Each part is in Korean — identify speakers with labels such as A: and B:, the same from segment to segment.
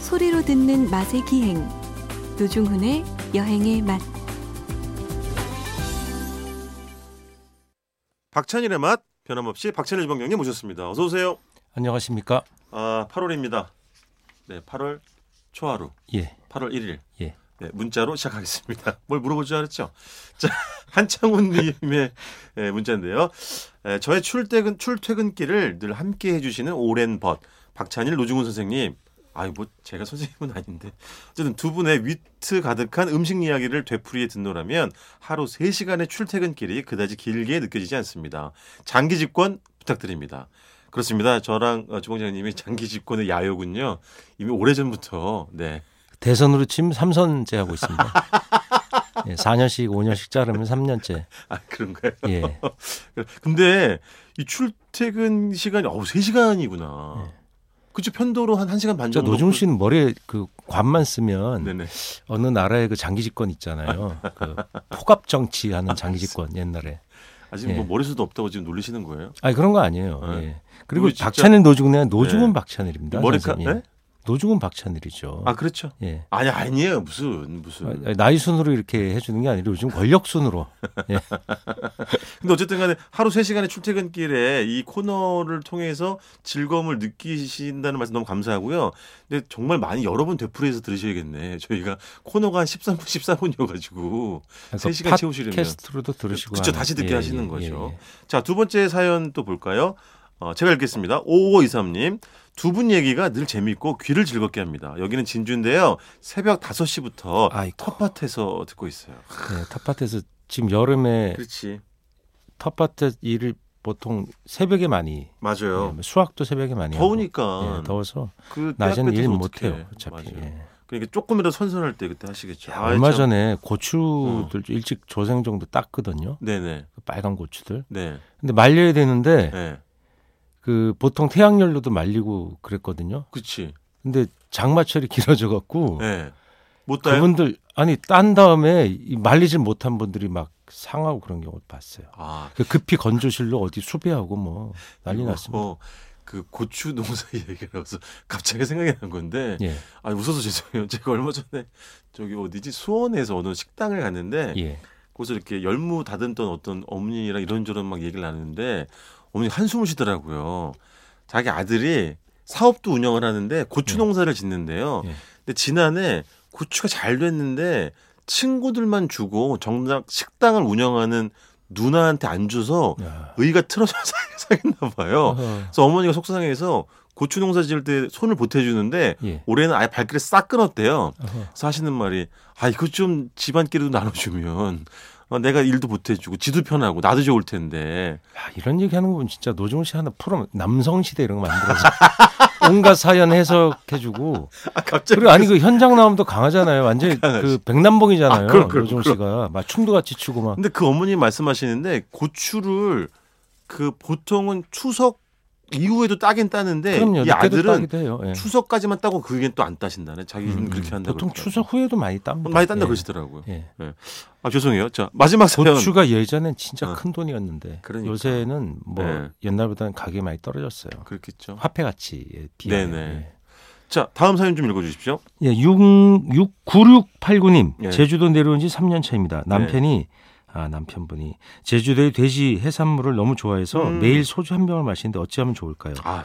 A: 소리로 듣는 맛의 기행 노중훈의 여행의 맛
B: 박찬일의 맛 변함없이 박찬일 주방장님 모셨습니다. 어서 오세요.
C: 안녕하십니까?
B: 아 8월입니다. 네 8월 초하루
C: 예.
B: 8월 1일
C: 예.
B: 네, 문자로 시작하겠습니다. 뭘 물어보지 않았죠? 자 한창훈님의 예, 문자인데요. 예, 저의 출퇴근 출퇴근길을 늘 함께 해주시는 오랜 벗 박찬일 노중훈 선생님. 아유 뭐 제가 선생님은 아닌데 어쨌든 두 분의 위트 가득한 음식 이야기를 되풀이해 듣노라면 하루 3시간의 출퇴근길이 그다지 길게 느껴지지 않습니다. 장기 집권 부탁드립니다. 그렇습니다. 저랑 어, 주방장님이 장기 집권의 야욕은요. 이미 오래전부터 네.
C: 대선으로 치면 삼선제 하고 있습니다. 예, 4년씩 5년씩 자르면 3년째.
B: 아 그런가요?
C: 예.
B: 아, 근데 이 출퇴근 시간이 어우 3시간이구나. 그쵸 편도로 한 1시간 반
C: 저
B: 정도.
C: 네. 노중 씨는 머리에 그 관만 쓰면
B: 네네.
C: 어느 나라의 그 장기 집권 있잖아요. 그 포갑 정치하는 장기 집권 옛날에.
B: 아직
C: 예.
B: 뭐 머리수도 없다고 지금 놀리시는 거예요?
C: 아니 그런 거 아니에요.
B: 네.
C: 예. 그리고
B: 우리 진짜-
C: 박찬일 노중은 아니라 노중은
B: 예.
C: 박찬일입니다.
B: 머리카-
C: 선생님.
B: 네?
C: 노중은 박찬일이죠.
B: 아 그렇죠.
C: 예.
B: 아니 아니에요. 무슨 무슨.
C: 아, 나이 순으로 이렇게 해주는 게 아니라 요즘 권력 순으로.
B: 근데 어쨌든 간에 하루 3시간의 출퇴근길에 이 코너를 통해서 즐거움을 느끼신다는 말씀 너무 감사하고요. 근데 정말 많이 여러 번 되풀이해서 들으셔야겠네. 저희가 코너가 한 13분, 14분이어가지고. 세 시간 채우시려면.
C: 캐스트로도 들으시고.
B: 그쵸,
C: 하는-
B: 다시 듣게 하시는 거죠.
C: 예.
B: 자, 두 번째 사연 또 볼까요? 어, 제가 읽겠습니다. 5523님. 두 분 얘기가 늘 재밌고 귀를 즐겁게 합니다. 여기는 진주인데요. 새벽 5시부터
C: 아이고.
B: 텃밭에서 듣고 있어요.
C: 네, 텃밭에서 지금 여름에
B: 그렇지.
C: 텃밭에 일을 보통 새벽에 많이
B: 맞아요.
C: 예, 수확도 새벽에 많이 하고.
B: 더우니까.
C: 예, 더워서
B: 그
C: 낮에는
B: 떼약볕에서
C: 일
B: 어떡해.
C: 못해요 어차피
B: 맞아요.
C: 예.
B: 그러니까 조금이라도 선선할 때 그때 하시겠죠. 아이, 어.
C: 얼마
B: 참.
C: 전에 고추들 일찍 조생 정도 땄거든요
B: 네네.
C: 그 빨간 고추들
B: 네.
C: 근데 말려야 되는데
B: 네.
C: 그 보통 태양열로도 말리고 그랬거든요
B: 그치.
C: 근데 장마철이 길어져 갖고
B: 네. 못 따요?
C: 그분들 아니 딴 다음에 이 말리질 못한 분들이 막 상하고 그런 경우 봤어요
B: 아.
C: 그 급히 건조실로 어디 수배하고 뭐 난리
B: 이거,
C: 났습니다
B: 어, 그 고추 농사 얘기라서 갑자기 생각이 난 건데.
C: 예.
B: 아, 웃어서 죄송해요. 제가 얼마 전에 저기 어디지? 수원에서 어느 식당을 갔는데.
C: 예.
B: 거기서 이렇게 열무 다듬던 어떤 어머니랑 이런저런 막 얘기를 나누는데 어머니 한숨을 쉬더라고요. 자기 아들이 사업도 운영을 하는데 고추
C: 예.
B: 농사를 짓는데요.
C: 예.
B: 근데 지난해 고추가 잘 됐는데 친구들만 주고 정작 식당을 운영하는 누나한테 안 줘서
C: 야.
B: 의가 틀어져 사겠나 봐요.
C: 아. 어허.
B: 그래서 어머니가 속상해서 고추 농사 지을 때 손을 보태주는데
C: 예.
B: 올해는 아예 발길을 싹 끊었대요.
C: 어허.
B: 그래서 하시는 말이 아 이거 좀 집안끼리도 나눠주면 어, 내가 일도 보태주고 지도 편하고 나도 좋을 텐데
C: 야, 이런 얘기 하는 거 보면 진짜 노중훈 씨 하나 프로 남성 시대 이런 거 만들어서 온갖 사연 해석해주고
B: 아 갑자기
C: 그리고 아니 그 현장 나오면도 강하잖아요. 완전히 그 백남봉이잖아요.
B: 아, 그럼, 그럼,
C: 노중훈
B: 그럼.
C: 씨가 막 춤도 같이 추고 막
B: 근데 그 어머니 말씀하시는데 고추를 그 보통은 추석 이후에도 따긴 따는데
C: 그럼요.
B: 이
C: 늦게도
B: 아들은
C: 따기도 해요. 예. 음,
B: 추석까지만 따고 그게 또 안 따신다네 자기는 그렇게 한다 그러더라고요.
C: 보통
B: 음,
C: 추석 후에도 많이 땀
B: 많이 딴다 그러시더라고요
C: 예.
B: 아 죄송해요 자 마지막 사연
C: 고추가 예전엔 진짜
B: 어.
C: 큰 돈이었는데
B: 그러니까.
C: 요새는 뭐
B: 네.
C: 옛날보다는 가격이 많이 떨어졌어요.
B: 그렇겠죠
C: 화폐 가치에 예. 비해.
B: 네네. 자 다음 사연 좀 읽어주십시오
C: 예, 6, 6, 9689님.
B: 예.
C: 제주도 내려온 지 3년 차입니다. 남편이, 아, 남편분이 제주도의 돼지 해산물을 너무 좋아해서
B: 음.
C: 매일 소주 한 병을 마시는데 어찌하면 좋을까요?
B: 아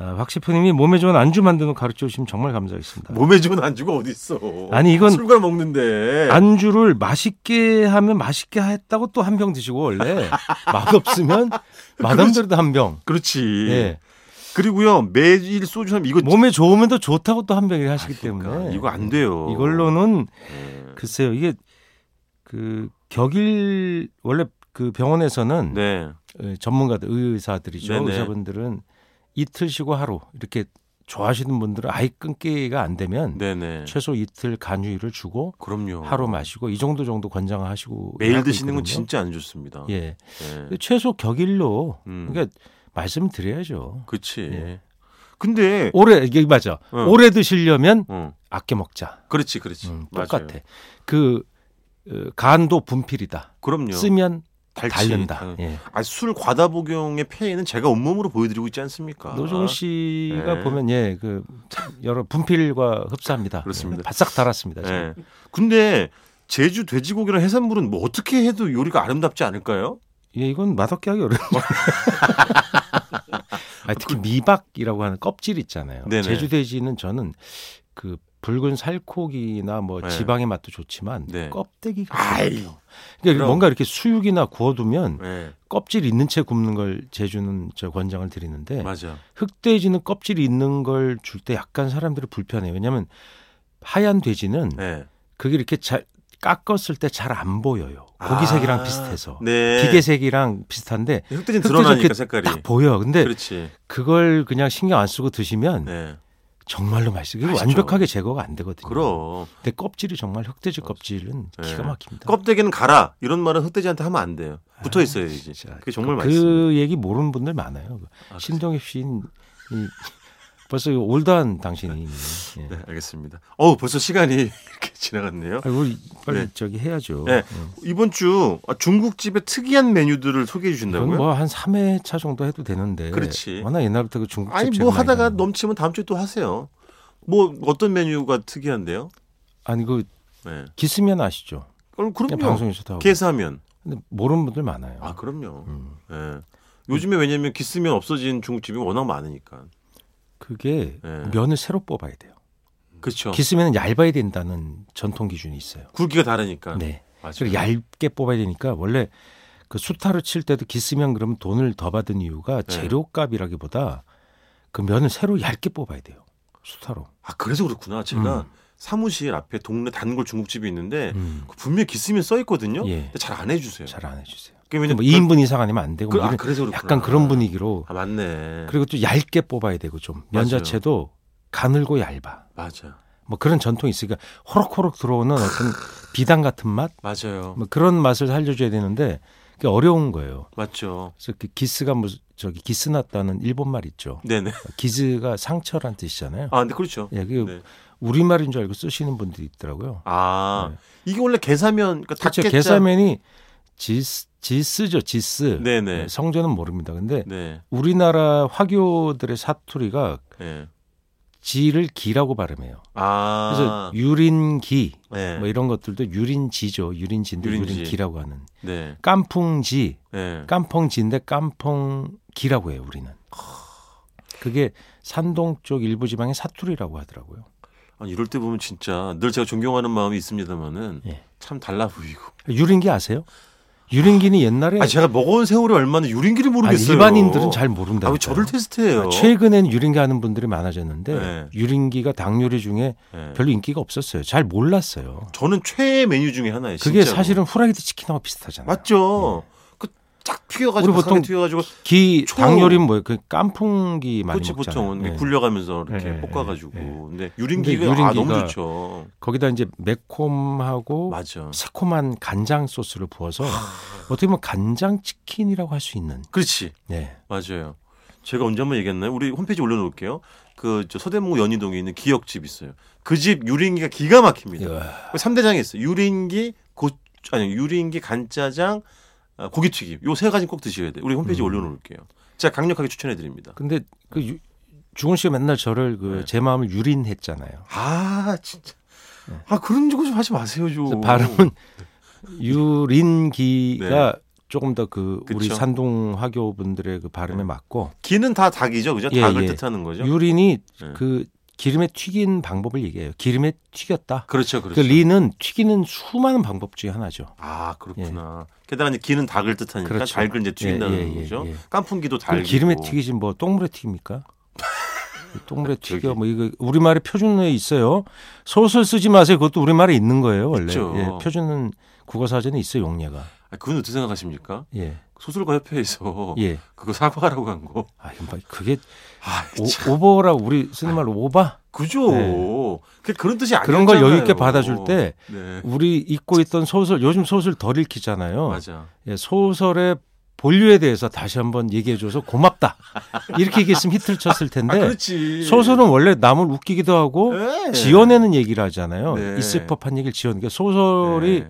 C: 아, 박 셰프님이 몸에 좋은 안주 만드는 거 가르쳐 주시면 정말 감사하겠습니다.
B: 몸에 좋은 안주가 어디 있어
C: 아니, 이건-
B: 술과 먹는데
C: 안주를 맛있게 하면 맛있게 했다고 또 한 병 드시고 원래 맛없으면 맛없더라도 한 병.
B: 그렇지.
C: 예. 뭐?
B: 그리고요 매일 소주 하면 이거
C: 몸에 좋으면 또 좋다고 또 한 병을 하시기
B: 그러니까
C: 때문에
B: 이거 안 돼요.
C: 예. 이걸로는
B: 네.
C: 글쎄요 이게 그 격일 원래 그 병원에서는
B: 네.
C: 예, 전문가들 의사들이죠
B: 네네.
C: 의사분들은 이틀 쉬고 하루 이렇게 좋아하시는 분들은 아예 끊기가 안 되면
B: 네, 네.
C: 최소 이틀 간휴일을 주고
B: 그럼요.
C: 하루 마시고 이 정도 정도 권장하시고
B: 매일
C: 하고
B: 드시는 건
C: 있거든요.
B: 진짜 안 좋습니다.
C: 예
B: 예.
C: 근데 최소 격일로
B: 음.
C: 그러니까 말씀드려야죠
B: 그치.
C: 예.
B: 근데
C: 오래 이게 맞아
B: 어.
C: 오래 드시려면
B: 어.
C: 아껴 먹자
B: 그렇지, 그렇지.
C: 음,
B: 맞아요.
C: 똑같아 그 어, 간도 분필이다
B: 그럼요.
C: 쓰면
B: 달치.
C: 달른다.
B: 예.
C: 예.
B: 아, 술 과다 복용의 폐해는 제가 온몸으로 보여드리고 있지 않습니까?
C: 노종훈
B: 예.
C: 씨가 보면 예그 여러 분필과 흡사합니다.
B: 그렇습니다.
C: 예, 바싹 달았습니다. 지금.
B: 예. 근데 제주 돼지고기랑 해산물은 뭐 어떻게 해도 요리가 아름답지 않을까요?
C: 예, 이건 맛없게 하기 어려운 거. 아, 특히 미박이라고 하는 껍질 있잖아요.
B: 네네.
C: 제주 돼지는 저는 그 붉은 살코기나 뭐
B: 네.
C: 지방의 맛도 좋지만
B: 네.
C: 껍데기가
B: 아이.
C: 좋아요. 그러니까
B: 그럼.
C: 뭔가 이렇게 수육이나 구워두면
B: 예.
C: 껍질 있는 채 굽는 걸 제주는 저 권장을 드리는데
B: 맞아.
C: 흑돼지는 껍질이 있는 걸 줄 때 약간 사람들이 불편해요. 왜냐하면 하얀 돼지는
B: 네.
C: 그게 이렇게 잘 깎았을 때 잘 안 보여요. 고기색이랑
B: 아,
C: 비슷해서
B: 네.
C: 비계색이랑 비슷한데
B: 흑돼지는
C: 흑돼지
B: 드러나니까
C: 이렇게
B: 색깔이.
C: 딱 보여. 근데
B: 그렇지.
C: 그걸 그냥 신경 안 쓰고 드시면
B: 네.
C: 정말로 맛있어요. 그게
B: 맛있죠.
C: 완벽하게 제거가 안 되거든요.
B: 그럼
C: 근데 껍질이 정말 흑돼지 껍질은
B: 네.
C: 기가 막힙니다.
B: 껍데기는 가라 이런 말은 흑돼지한테 하면 안 돼요. 붙어 있어야지.
C: 아, 진짜.
B: 그게 정말
C: 그
B: 맛있어요.
C: 얘기 모르는 분들 많아요.
B: 아,
C: 신동엽 씨는 이- 벌써 이거 올드한 당신이. 예.
B: 네, 알겠습니다. 어우 벌써 시간이 이렇게 지나갔네요.
C: 아, 우리 빨리
B: 네.
C: 저기 해야죠.
B: 네.
C: 예.
B: 이번 주 아, 중국집의 특이한 메뉴들을 소개해
C: 이건
B: 주신다고요?
C: 뭐한 3회차 정도 해도 되는데.
B: 그렇지.
C: 워낙 옛날부터 그 중국집
B: 아니
C: 제일
B: 뭐
C: 많이
B: 하다가
C: 가는 거.
B: 넘치면 다음 주에 또 하세요. 뭐 어떤 메뉴가 특이한데요?
C: 아니 그
B: 네.
C: 기스면 아시죠?
B: 어, 그럼
C: 그냥
B: 그럼요.
C: 방송에서도 하고.
B: 기사면
C: 근데 모르는 분들 많아요.
B: 아 그럼요.
C: 음.
B: 예. 요즘에 왜냐면 기스면 없어진 중국집이 워낙 많으니까.
C: 그게
B: 예.
C: 면을 새로 뽑아야 돼요.
B: 그렇죠.
C: 기스면은 얇아야 된다는 전통 기준이 있어요.
B: 굵기가 다르니까.
C: 네.
B: 맞아요.
C: 그래서 얇게 뽑아야 되니까 원래 그 수타로 칠 때도 기스면 그러면 돈을 더 받은 이유가
B: 네.
C: 재료값이라기보다 그 면을 새로 얇게 뽑아야 돼요. 수타로.
B: 아 그래서 그렇구나. 제가
C: 음.
B: 사무실 앞에 동네 단골 중국집이 있는데
C: 음.
B: 그 분명히 기스면 써 있거든요.
C: 예.
B: 근데 잘 안 해주세요.
C: 잘 안 해주세요.
B: 그게
C: 뭐
B: 왜냐면
C: 2인분 이상 아니면 안 되고
B: 그,
C: 뭐
B: 아,
C: 이런
B: 그래서 그렇구나.
C: 약간 그런 분위기로
B: 아 맞네.
C: 그리고 또 얇게 뽑아야 되고 좀 면
B: 맞아요.
C: 자체도 가늘고 얇아.
B: 맞아.
C: 뭐 그런 전통이 있으니까 호록호록 들어오는 어떤 비단 같은 맛
B: 맞아요.
C: 뭐 그런 맛을 살려줘야 되는데 그게 어려운 거예요.
B: 맞죠.
C: 그래서 그 기스가 무슨 저기 기스 났다는 일본 말 있죠.
B: 네네.
C: 기즈가 상처란 뜻이잖아요.
B: 아 근데 그렇죠.
C: 예, 그
B: 네.
C: 우리 말인 줄 알고 쓰시는 분들이 있더라고요.
B: 아
C: 네.
B: 이게 원래 개사면 그러니까
C: 그렇죠.
B: 닭게장-
C: 개사면이 지스, 지스죠, 지스.
B: 네네.
C: 예, 성조는 모릅니다. 근데
B: 네.
C: 우리나라 화교들의 사투리가
B: 네.
C: 지를 기라고 발음해요.
B: 아.
C: 그래서 유린기
B: 네.
C: 뭐 이런 것들도 유린지죠. 유린지인데
B: 유린지.
C: 유린기라고 하는
B: 네.
C: 깐풍지
B: 네.
C: 깐펑지인데 깐펑기라고 해요 우리는. 그게 산동 쪽 일부 지방의 사투리라고 하더라고요.
B: 아니, 이럴 때 보면 진짜 늘 제가 존경하는 마음이 있습니다만은
C: 예.
B: 참 달라 보이고.
C: 유린기 아세요? 유린기는 옛날에
B: 아 제가 먹어온 세월이 얼마나 유린기를
C: 예. 아니,
B: 모르겠어요.
C: 일반인들은 잘 모른다.
B: 아, 왜 저를 테스트해요.
C: 최근엔 유린기 하는 분들이 많아졌는데
B: 네.
C: 유린기가 닭 요리 중에
B: 예.
C: 별로 인기가 없었어요. 잘 몰랐어요.
B: 저는 최애 메뉴 중에 하나예요.
C: 그게
B: 진짜로.
C: 사실은 후라이드 치킨하고 비슷하잖아요.
B: 맞죠. 그 쫙 튀겨가지고
C: 우리 보통
B: 보통 튀겨가지고 초-
C: 기닭 요리는 뭐예요? 그 깐풍기 많이
B: 그렇지
C: 먹잖아요.
B: 보통은
C: 네.
B: 굴려가면서 이렇게
C: 네,
B: 볶아가지고
C: 네, 네.
B: 근데 유린기가,
C: 근데
B: 아 너무
C: 유린기가-
B: 좋죠.
C: 거기다 이제 매콤하고
B: 맞아.
C: 새콤한 간장 소스를 부어서 어떻게 보면 간장 치킨이라고 할 수 있는.
B: 그렇지
C: 네.
B: 맞아요. 제가 언제 한번 얘기했나요? 우리 홈페이지 올려놓을게요. 그 저 서대문구 연희동에 있는 기역집 있어요. 그 집 유린기가 기가
C: 예.
B: 막힙니다. 그
C: 이야.
B: 삼대장이 있어요. 유린기 고 아니 유린기 간짜장 아, 고기튀김 요 세 가지 꼭 드셔야 돼. 요 우리 홈페이지
C: 음.
B: 올려놓을게요. 제가 강력하게 추천해드립니다.
C: 근데 그 유- 주원 씨가 맨날 저를 그
B: 네.
C: 제 마음을 유린했잖아요.
B: 아 진짜 아 그런 짓좀 하지 마세요
C: 그래서
B: 좀.
C: 발음은 유린기가 조금 더 네. 그 우리
B: 그쵸.
C: 산동 화교 분들의 그 발음에
B: 네.
C: 맞고
B: 기는 다 닭이죠, 그죠?
C: 예,
B: 닭을
C: 예.
B: 뜻하는 거죠.
C: 유린이
B: 네.
C: 그 기름에 튀긴 방법을 얘기해요. 기름에 튀겼다.
B: 그렇죠,
C: 그
B: 그렇죠.
C: 리는 튀기는 수많은 방법 중에 하나죠.
B: 아 그렇구나. 게다가 이제 기는 닭을 뜻하니까
C: 예. 그렇죠.
B: 닭을 이제 튀긴다는
C: 예, 예, 예,
B: 거죠.
C: 예.
B: 깐풍기도
C: 그럼
B: 닭.
C: 기름에 튀기지 뭐 똥물에 튀깁니까? 똥물에
B: 저기.
C: 튀겨 뭐 이거 우리 말의 표준어에 있어요. 소설 쓰지 마세요. 그것도 우리 말에 있는 거예요 원래.
B: 있죠.
C: 예, 표준은 국어 사전에 있어 요 용례가.
B: 아, 그건 어떻게 생각하십니까?
C: 예,
B: 소설가 협회에서
C: 예.
B: 그거 사과하라고 한 거.
C: 아 이거 막 그게
B: 아, 참, 아,
C: 오, 오버라 우리 쓰는 말로 오바
B: 그죠.
C: 네.
B: 그 그런 뜻이 아니잖아요.
C: 그런 걸 여유 있게 받아줄 때
B: 네,
C: 우리 읽고 있던 소설 요즘 소설 덜 읽히잖아요.
B: 맞아.
C: 예, 소설의 본류에 대해서 다시 한번 얘기해줘서 고맙다 이렇게 얘기했으면 히트를 쳤을 텐데
B: 아, 그렇지.
C: 네. 소설은 원래 남을 웃기기도 하고
B: 네.
C: 지어내는 얘기를 하잖아요.
B: 네.
C: 그러니까 있을 법한 얘기를 지어내는 게 소설이
B: 네.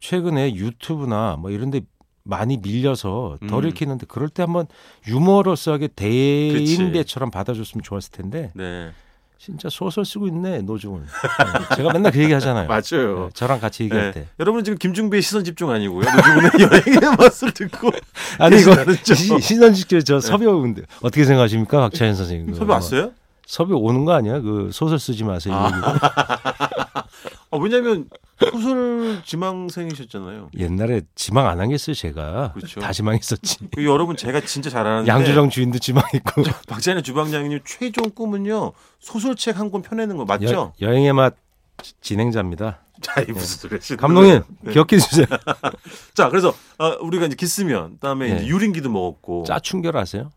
C: 최근에 유튜브나 뭐 이런 데 많이 밀려서 덜
B: 음.
C: 읽히는데 그럴 때 한번 유머러스하게
B: 그치.
C: 대인배처럼 받아줬으면 좋았을 텐데
B: 네.
C: 진짜 소설 쓰고 있네 노중훈. 네, 제가 맨날 그 얘기 하잖아요.
B: 맞아요.
C: 네, 저랑 같이 얘기할
B: 네.
C: 때.
B: 여러분 지금 김중배의 시선 집중 아니고요. 노중훈의 여행의 맛을 듣고
C: 네, 아니 이거
B: 다르죠.
C: 신선식교 저 섭외 오는데 어떻게 생각하십니까 박찬현 선생님? 그거
B: 음, 섭외 왔어요?
C: 네. 섭외 오는 거 아니야? 그 소설 쓰지 마세요.
B: 아.
C: 이거.
B: 아, 왜냐하면 소설 지망생이셨잖아요.
C: 옛날에 지망 안 한 게 있어요 제가.
B: 그렇죠.
C: 다 지망했었지.
B: 그 여러분 제가 진짜 잘하는데
C: 양조장 주인도 지망했고.
B: 박찬희 주방장님 최종 꿈은요 소설책 한 권 펴내는 거 맞죠?
C: 여, 여행의 맛 지- 진행자입니다.
B: 자, 이 무슨 소리
C: 네. 감독님
B: 네.
C: 기억해 주세요.
B: 뭐. 자, 그래서 어, 우리가 이제 기스면 그다음에
C: 네.
B: 이제 유린기도 먹었고.
C: 짜충결 아세요?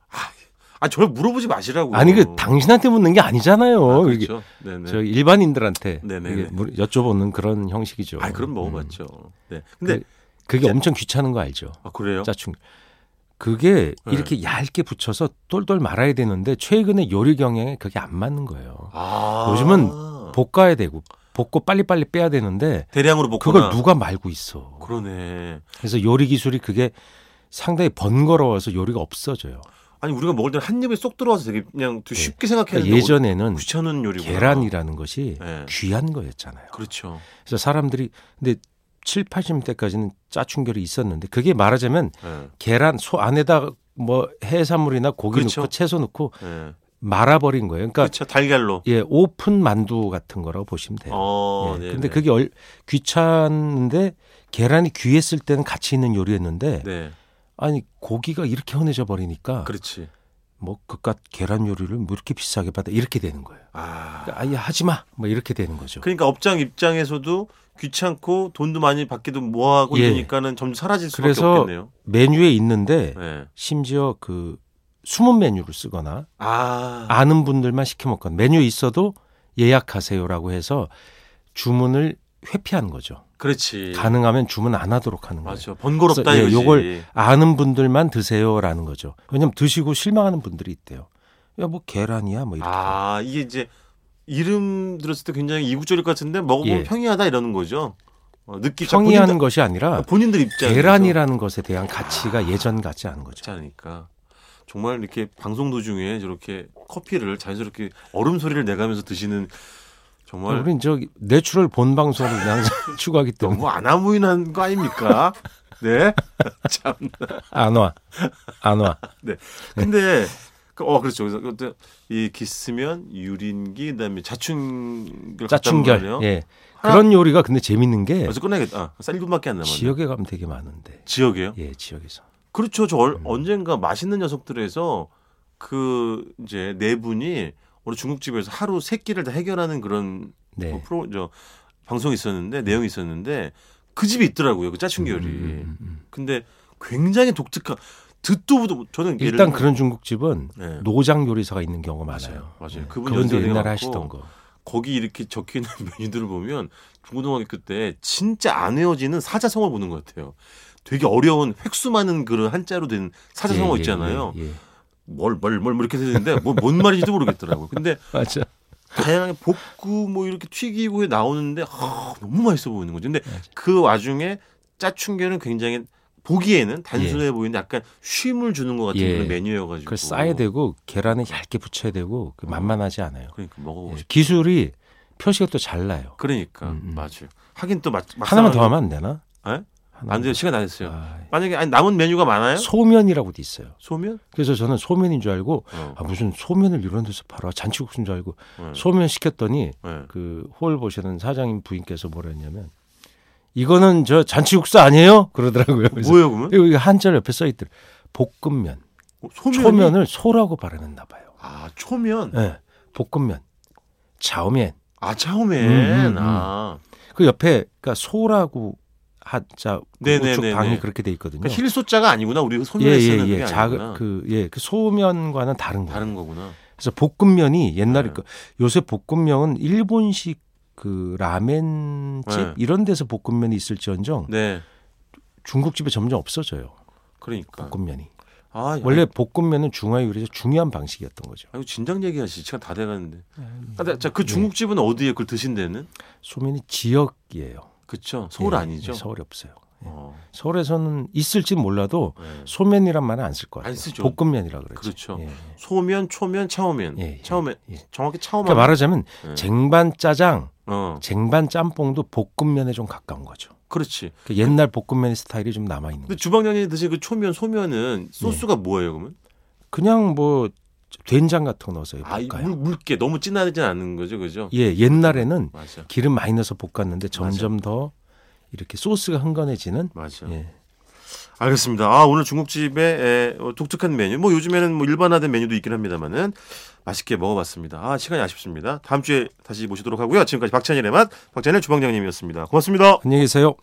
B: 아, 저를 물어보지 마시라고.
C: 아니 그 당신한테 묻는 게 아니잖아요.
B: 아,
C: 이게
B: 그렇죠. 네네.
C: 저 일반인들한테
B: 네네네.
C: 이게 물- 여쭤보는 그런 형식이죠.
B: 아, 그럼
C: 음.
B: 먹어봤죠. 네. 근데
C: 그게 엄청 귀찮은 거 알죠?
B: 아, 그래요?
C: 짜충. 그게
B: 네.
C: 이렇게 얇게 붙여서 똘똘 말아야 되는데 최근에 요리 경향에 그게 안 맞는 거예요.
B: 아.
C: 요즘은 볶아야 되고 볶고 빨리빨리 빼야 되는데
B: 대량으로 먹거나.
C: 그걸 누가 말고 있어.
B: 그러네.
C: 그래서 요리 기술이 그게 상당히 번거로워서 요리가 없어져요.
B: 아니 우리가 먹을 때는 한 입에 쏙 들어와서 되게 그냥 되게
C: 네.
B: 쉽게
C: 그러니까
B: 생각했는데
C: 예전에는
B: 어, 귀찮은 요리구
C: 계란이라는 것이
B: 네.
C: 귀한 거였잖아요.
B: 그렇죠.
C: 그래서 사람들이 근데 7, 80대까지는 짜충결이 있었는데 그게 말하자면
B: 예.
C: 계란 소 안에다 뭐 해산물이나 고기
B: 그렇죠.
C: 넣고 채소 넣고
B: 예.
C: 말아버린 거예요. 그러니까
B: 그렇죠. 달걀로.
C: 예 오픈 만두 같은 거라고 보시면 돼요.
B: 어,
C: 예,
B: 네네.
C: 근데 그게 얼- 귀찮은데 계란이 귀했을 때는 같이 있는 요리였는데
B: 네,
C: 아니 고기가 이렇게 흔해져 버리니까
B: 그렇지.
C: 뭐 그깟 계란 요리를 뭐 이렇게 비싸게 받아 이렇게 되는 거예요.
B: 아,
C: 그러니까 아예 하지 마. 뭐 이렇게 되는 거죠.
B: 그러니까 업장 입장에서도 귀찮고 돈도 많이 받기도 뭐하고
C: 예.
B: 이러니까는 점점 사라질 수밖에
C: 그래서-
B: 없겠네요.
C: 메뉴에 있는데
B: 네.
C: 심지어 그 숨은 메뉴를 쓰거나
B: 아,
C: 아는 분들만 시켜 먹거나 메뉴 있어도 예약하세요라고 해서 주문을 회피하는 거죠.
B: 그렇지.
C: 가능하면 주문 안 하도록 하는 거예요.
B: 예. 맞아. 번거롭다
C: 그래서, 예,
B: 이거지.
C: 요걸- 아는 분들만 드세요라는 거죠. 왜냐면 드시고 실망하는 분들이 있대요. 야 뭐 계란이야 뭐 이렇게.
B: 아, 이게 이제 이름 들었을 때 굉장히 이국적일 것 같은데 먹어보면
C: 예.
B: 평이하다 이러는 거죠. 어, 느끼
C: 평이하는
B: 본인들-
C: 것이 아니라
B: 본인들 입장에서
C: 계란이라는 것에 대한
B: 아.
C: 가치가 예전 같지 않은
B: 그렇지
C: 거죠.
B: 않으니까 정말 이렇게 방송 도중에 저렇게 커피를 자연스럽게 얼음 소리를 내가면서 드시는 정말
C: 우리는 저 내추럴 본 방송을 그냥 추구하기 때문에
B: 너무 아나무인한 거 아닙니까? 네. 참.
C: 안 와, 안 와.
B: 네. 근데 그- 어 그렇죠. 그래서 그것도 이 기스면 유린기 그다음에 자충결
C: 짜충결.
B: 예.
C: 예. 그런 요리가 근데 재밌는 게
B: 그래서 끝나겠다. 아, 쌀분밖에 안 남았네.
C: 지역에 가면 되게 많은데.
B: 지역이에요?
C: 예, 음. 지역에서.
B: 그렇죠. 저 얼- 언젠가 맛있는 녀석들에서 그 이제 네 분이 어느 중국집에서 하루 세 끼를 다 해결하는 그런
C: 네.
B: 뭐 프로 저 방송이 있었는데 내용이 있었는데 그 집이 있더라고요. 그 짜충결이.
C: 음, 음, 음.
B: 근데 굉장히 독특한 듣도 보도 못- 저는 예를
C: 일단 그런 중국집은
B: 네.
C: 노장 요리사가 있는 경우가
B: 맞아요.
C: 많아요.
B: 맞아요.
C: 예,
B: 그분
C: 그분도
B: 연세가
C: 옛날에
B: 많고.
C: 하시던 거.
B: 거기 이렇게 적혀 있는 메뉴들을 보면 중고등학교 때 진짜 안 외워지는 사자성어 보는 것 같아요. 되게 어려운 획수 많은 그런 한자로 된 사자성어
C: 예, 예,
B: 있잖아요.
C: 예, 예.
B: 뭘 뭘 뭘 이렇게 되는데 뭐 뭔 말인지도 모르겠더라고요. 근데
C: 맞아.
B: 다양하게 볶고 뭐 이렇게 튀기고 해 나오는데 아, 너무 맛있어 보이는 거죠. 근데
C: 맞아.
B: 그 와중에 짜충게는 굉장히 보기에는 단순해 보이는데 약간 쉼을 주는 것 같은
C: 예.
B: 그런 메뉴여가지고
C: 그걸 싸야 되고 계란을 얇게 붙여야 되고 그 만만하지 않아요.
B: 그러니까 먹어보고
C: 예,
B: 싶.
C: 기술이 표시가 또 잘 나요.
B: 그러니까
C: 음, 음.
B: 맞아요. 하긴 또 막,
C: 하나만 더 하면 안 되나?
B: 예?
C: 하나만
B: 안 예? 돼요.
C: 더.
B: 시간 안 됐어요.
C: 아,
B: 만약에 아니, 남은 메뉴가 많아요?
C: 소면이라고도 있어요.
B: 소면?
C: 그래서 저는 소면인 줄 알고
B: 어.
C: 아, 무슨 소면을 이런 데서 팔아 잔치국수인 줄 알고
B: 네.
C: 소면 시켰더니
B: 네.
C: 그 홀 보시는 사장님 부인께서 뭐라 했냐면 이거는 저 잔치국수 아니에요? 그러더라고요. 그래서
B: 뭐예요 그러면?
C: 이거 한자 옆에 써 있더라. 볶음면.
B: 어, 소면이?
C: 초면을 소라고 발음했나 봐요.
B: 아 초면.
C: 예. 볶음면. 자오면.
B: 아 차오면.
C: 음, 음,
B: 아
C: 그 옆에 그러니까 소라고 한자 그
B: 네네네네.
C: 우측 방이 그렇게 돼 있거든요.
B: 그러니까 힐소자가 아니구나. 우리 소면에 쓰는
C: 예예예.
B: 게 아니구나.
C: 자그예그 그 소면과는 다른 거예요.
B: 다른 거구나.
C: 그래서 볶음면이 옛날에
B: 네.
C: 그 요새 볶음면은 일본식 그 라멘집
B: 네.
C: 이런 데서 볶음면이 있을지언정
B: 네.
C: 중국집에 점점 없어져요.
B: 그러니까.
C: 볶음면이.
B: 아 원래
C: 원래 볶음면은 중화 요리에서 중요한 방식이었던 거죠.
B: 아이고 진작 얘기하시. 시간 다 돼가는데.
C: 음.
B: 아, 자그
C: 네.
B: 중국집은 어디에 그걸 드신 데는?
C: 소면이 지역이에요.
B: 그쵸. 서울
C: 예,
B: 아니죠.
C: 예, 서울이 없어요.
B: 어,
C: 서울에서는 있을지 몰라도
B: 예.
C: 소면이란 말은 안 쓸 것 같아요.
B: 안 쓰죠.
C: 볶음면이라 그러죠.
B: 그렇죠.
C: 예.
B: 소면, 초면, 차오면,
C: 예, 예,
B: 차오면
C: 예.
B: 정확히 차오면.
C: 그러니까 말하자면
B: 예.
C: 쟁반 짜장,
B: 어,
C: 쟁반 짬뽕도 볶음면에 좀 가까운 거죠.
B: 그렇지.
C: 그러니까 옛날 볶음면 스타일이 좀 남아 있는
B: 근데
C: 거죠.
B: 주방장님이 드신 그 초면, 소면은 소스가 뭐예요, 그러면?
C: 그냥 뭐 된장 같은 거 넣어서
B: 아, 이
C: 볶아요.
B: 물, 묽게 너무 진하진 않은 거죠, 그죠?
C: 예, 옛날에는
B: 맞아,
C: 기름 많이 넣어서 볶았는데 점점 더 이렇게 소스가 흥건해지는
B: 맞아.
C: 예.
B: 알겠습니다. 아, 오늘 중국집의 에, 어, 독특한 메뉴. 뭐 요즘에는 뭐 일반화된 메뉴도 있긴 합니다만은 맛있게 먹어봤습니다. 아, 시간이 아쉽습니다. 다음 주에 다시 모시도록 하고요. 지금까지 박찬일의 맛, 박찬일 주방장님이었습니다. 고맙습니다.
C: 안녕히 계세요.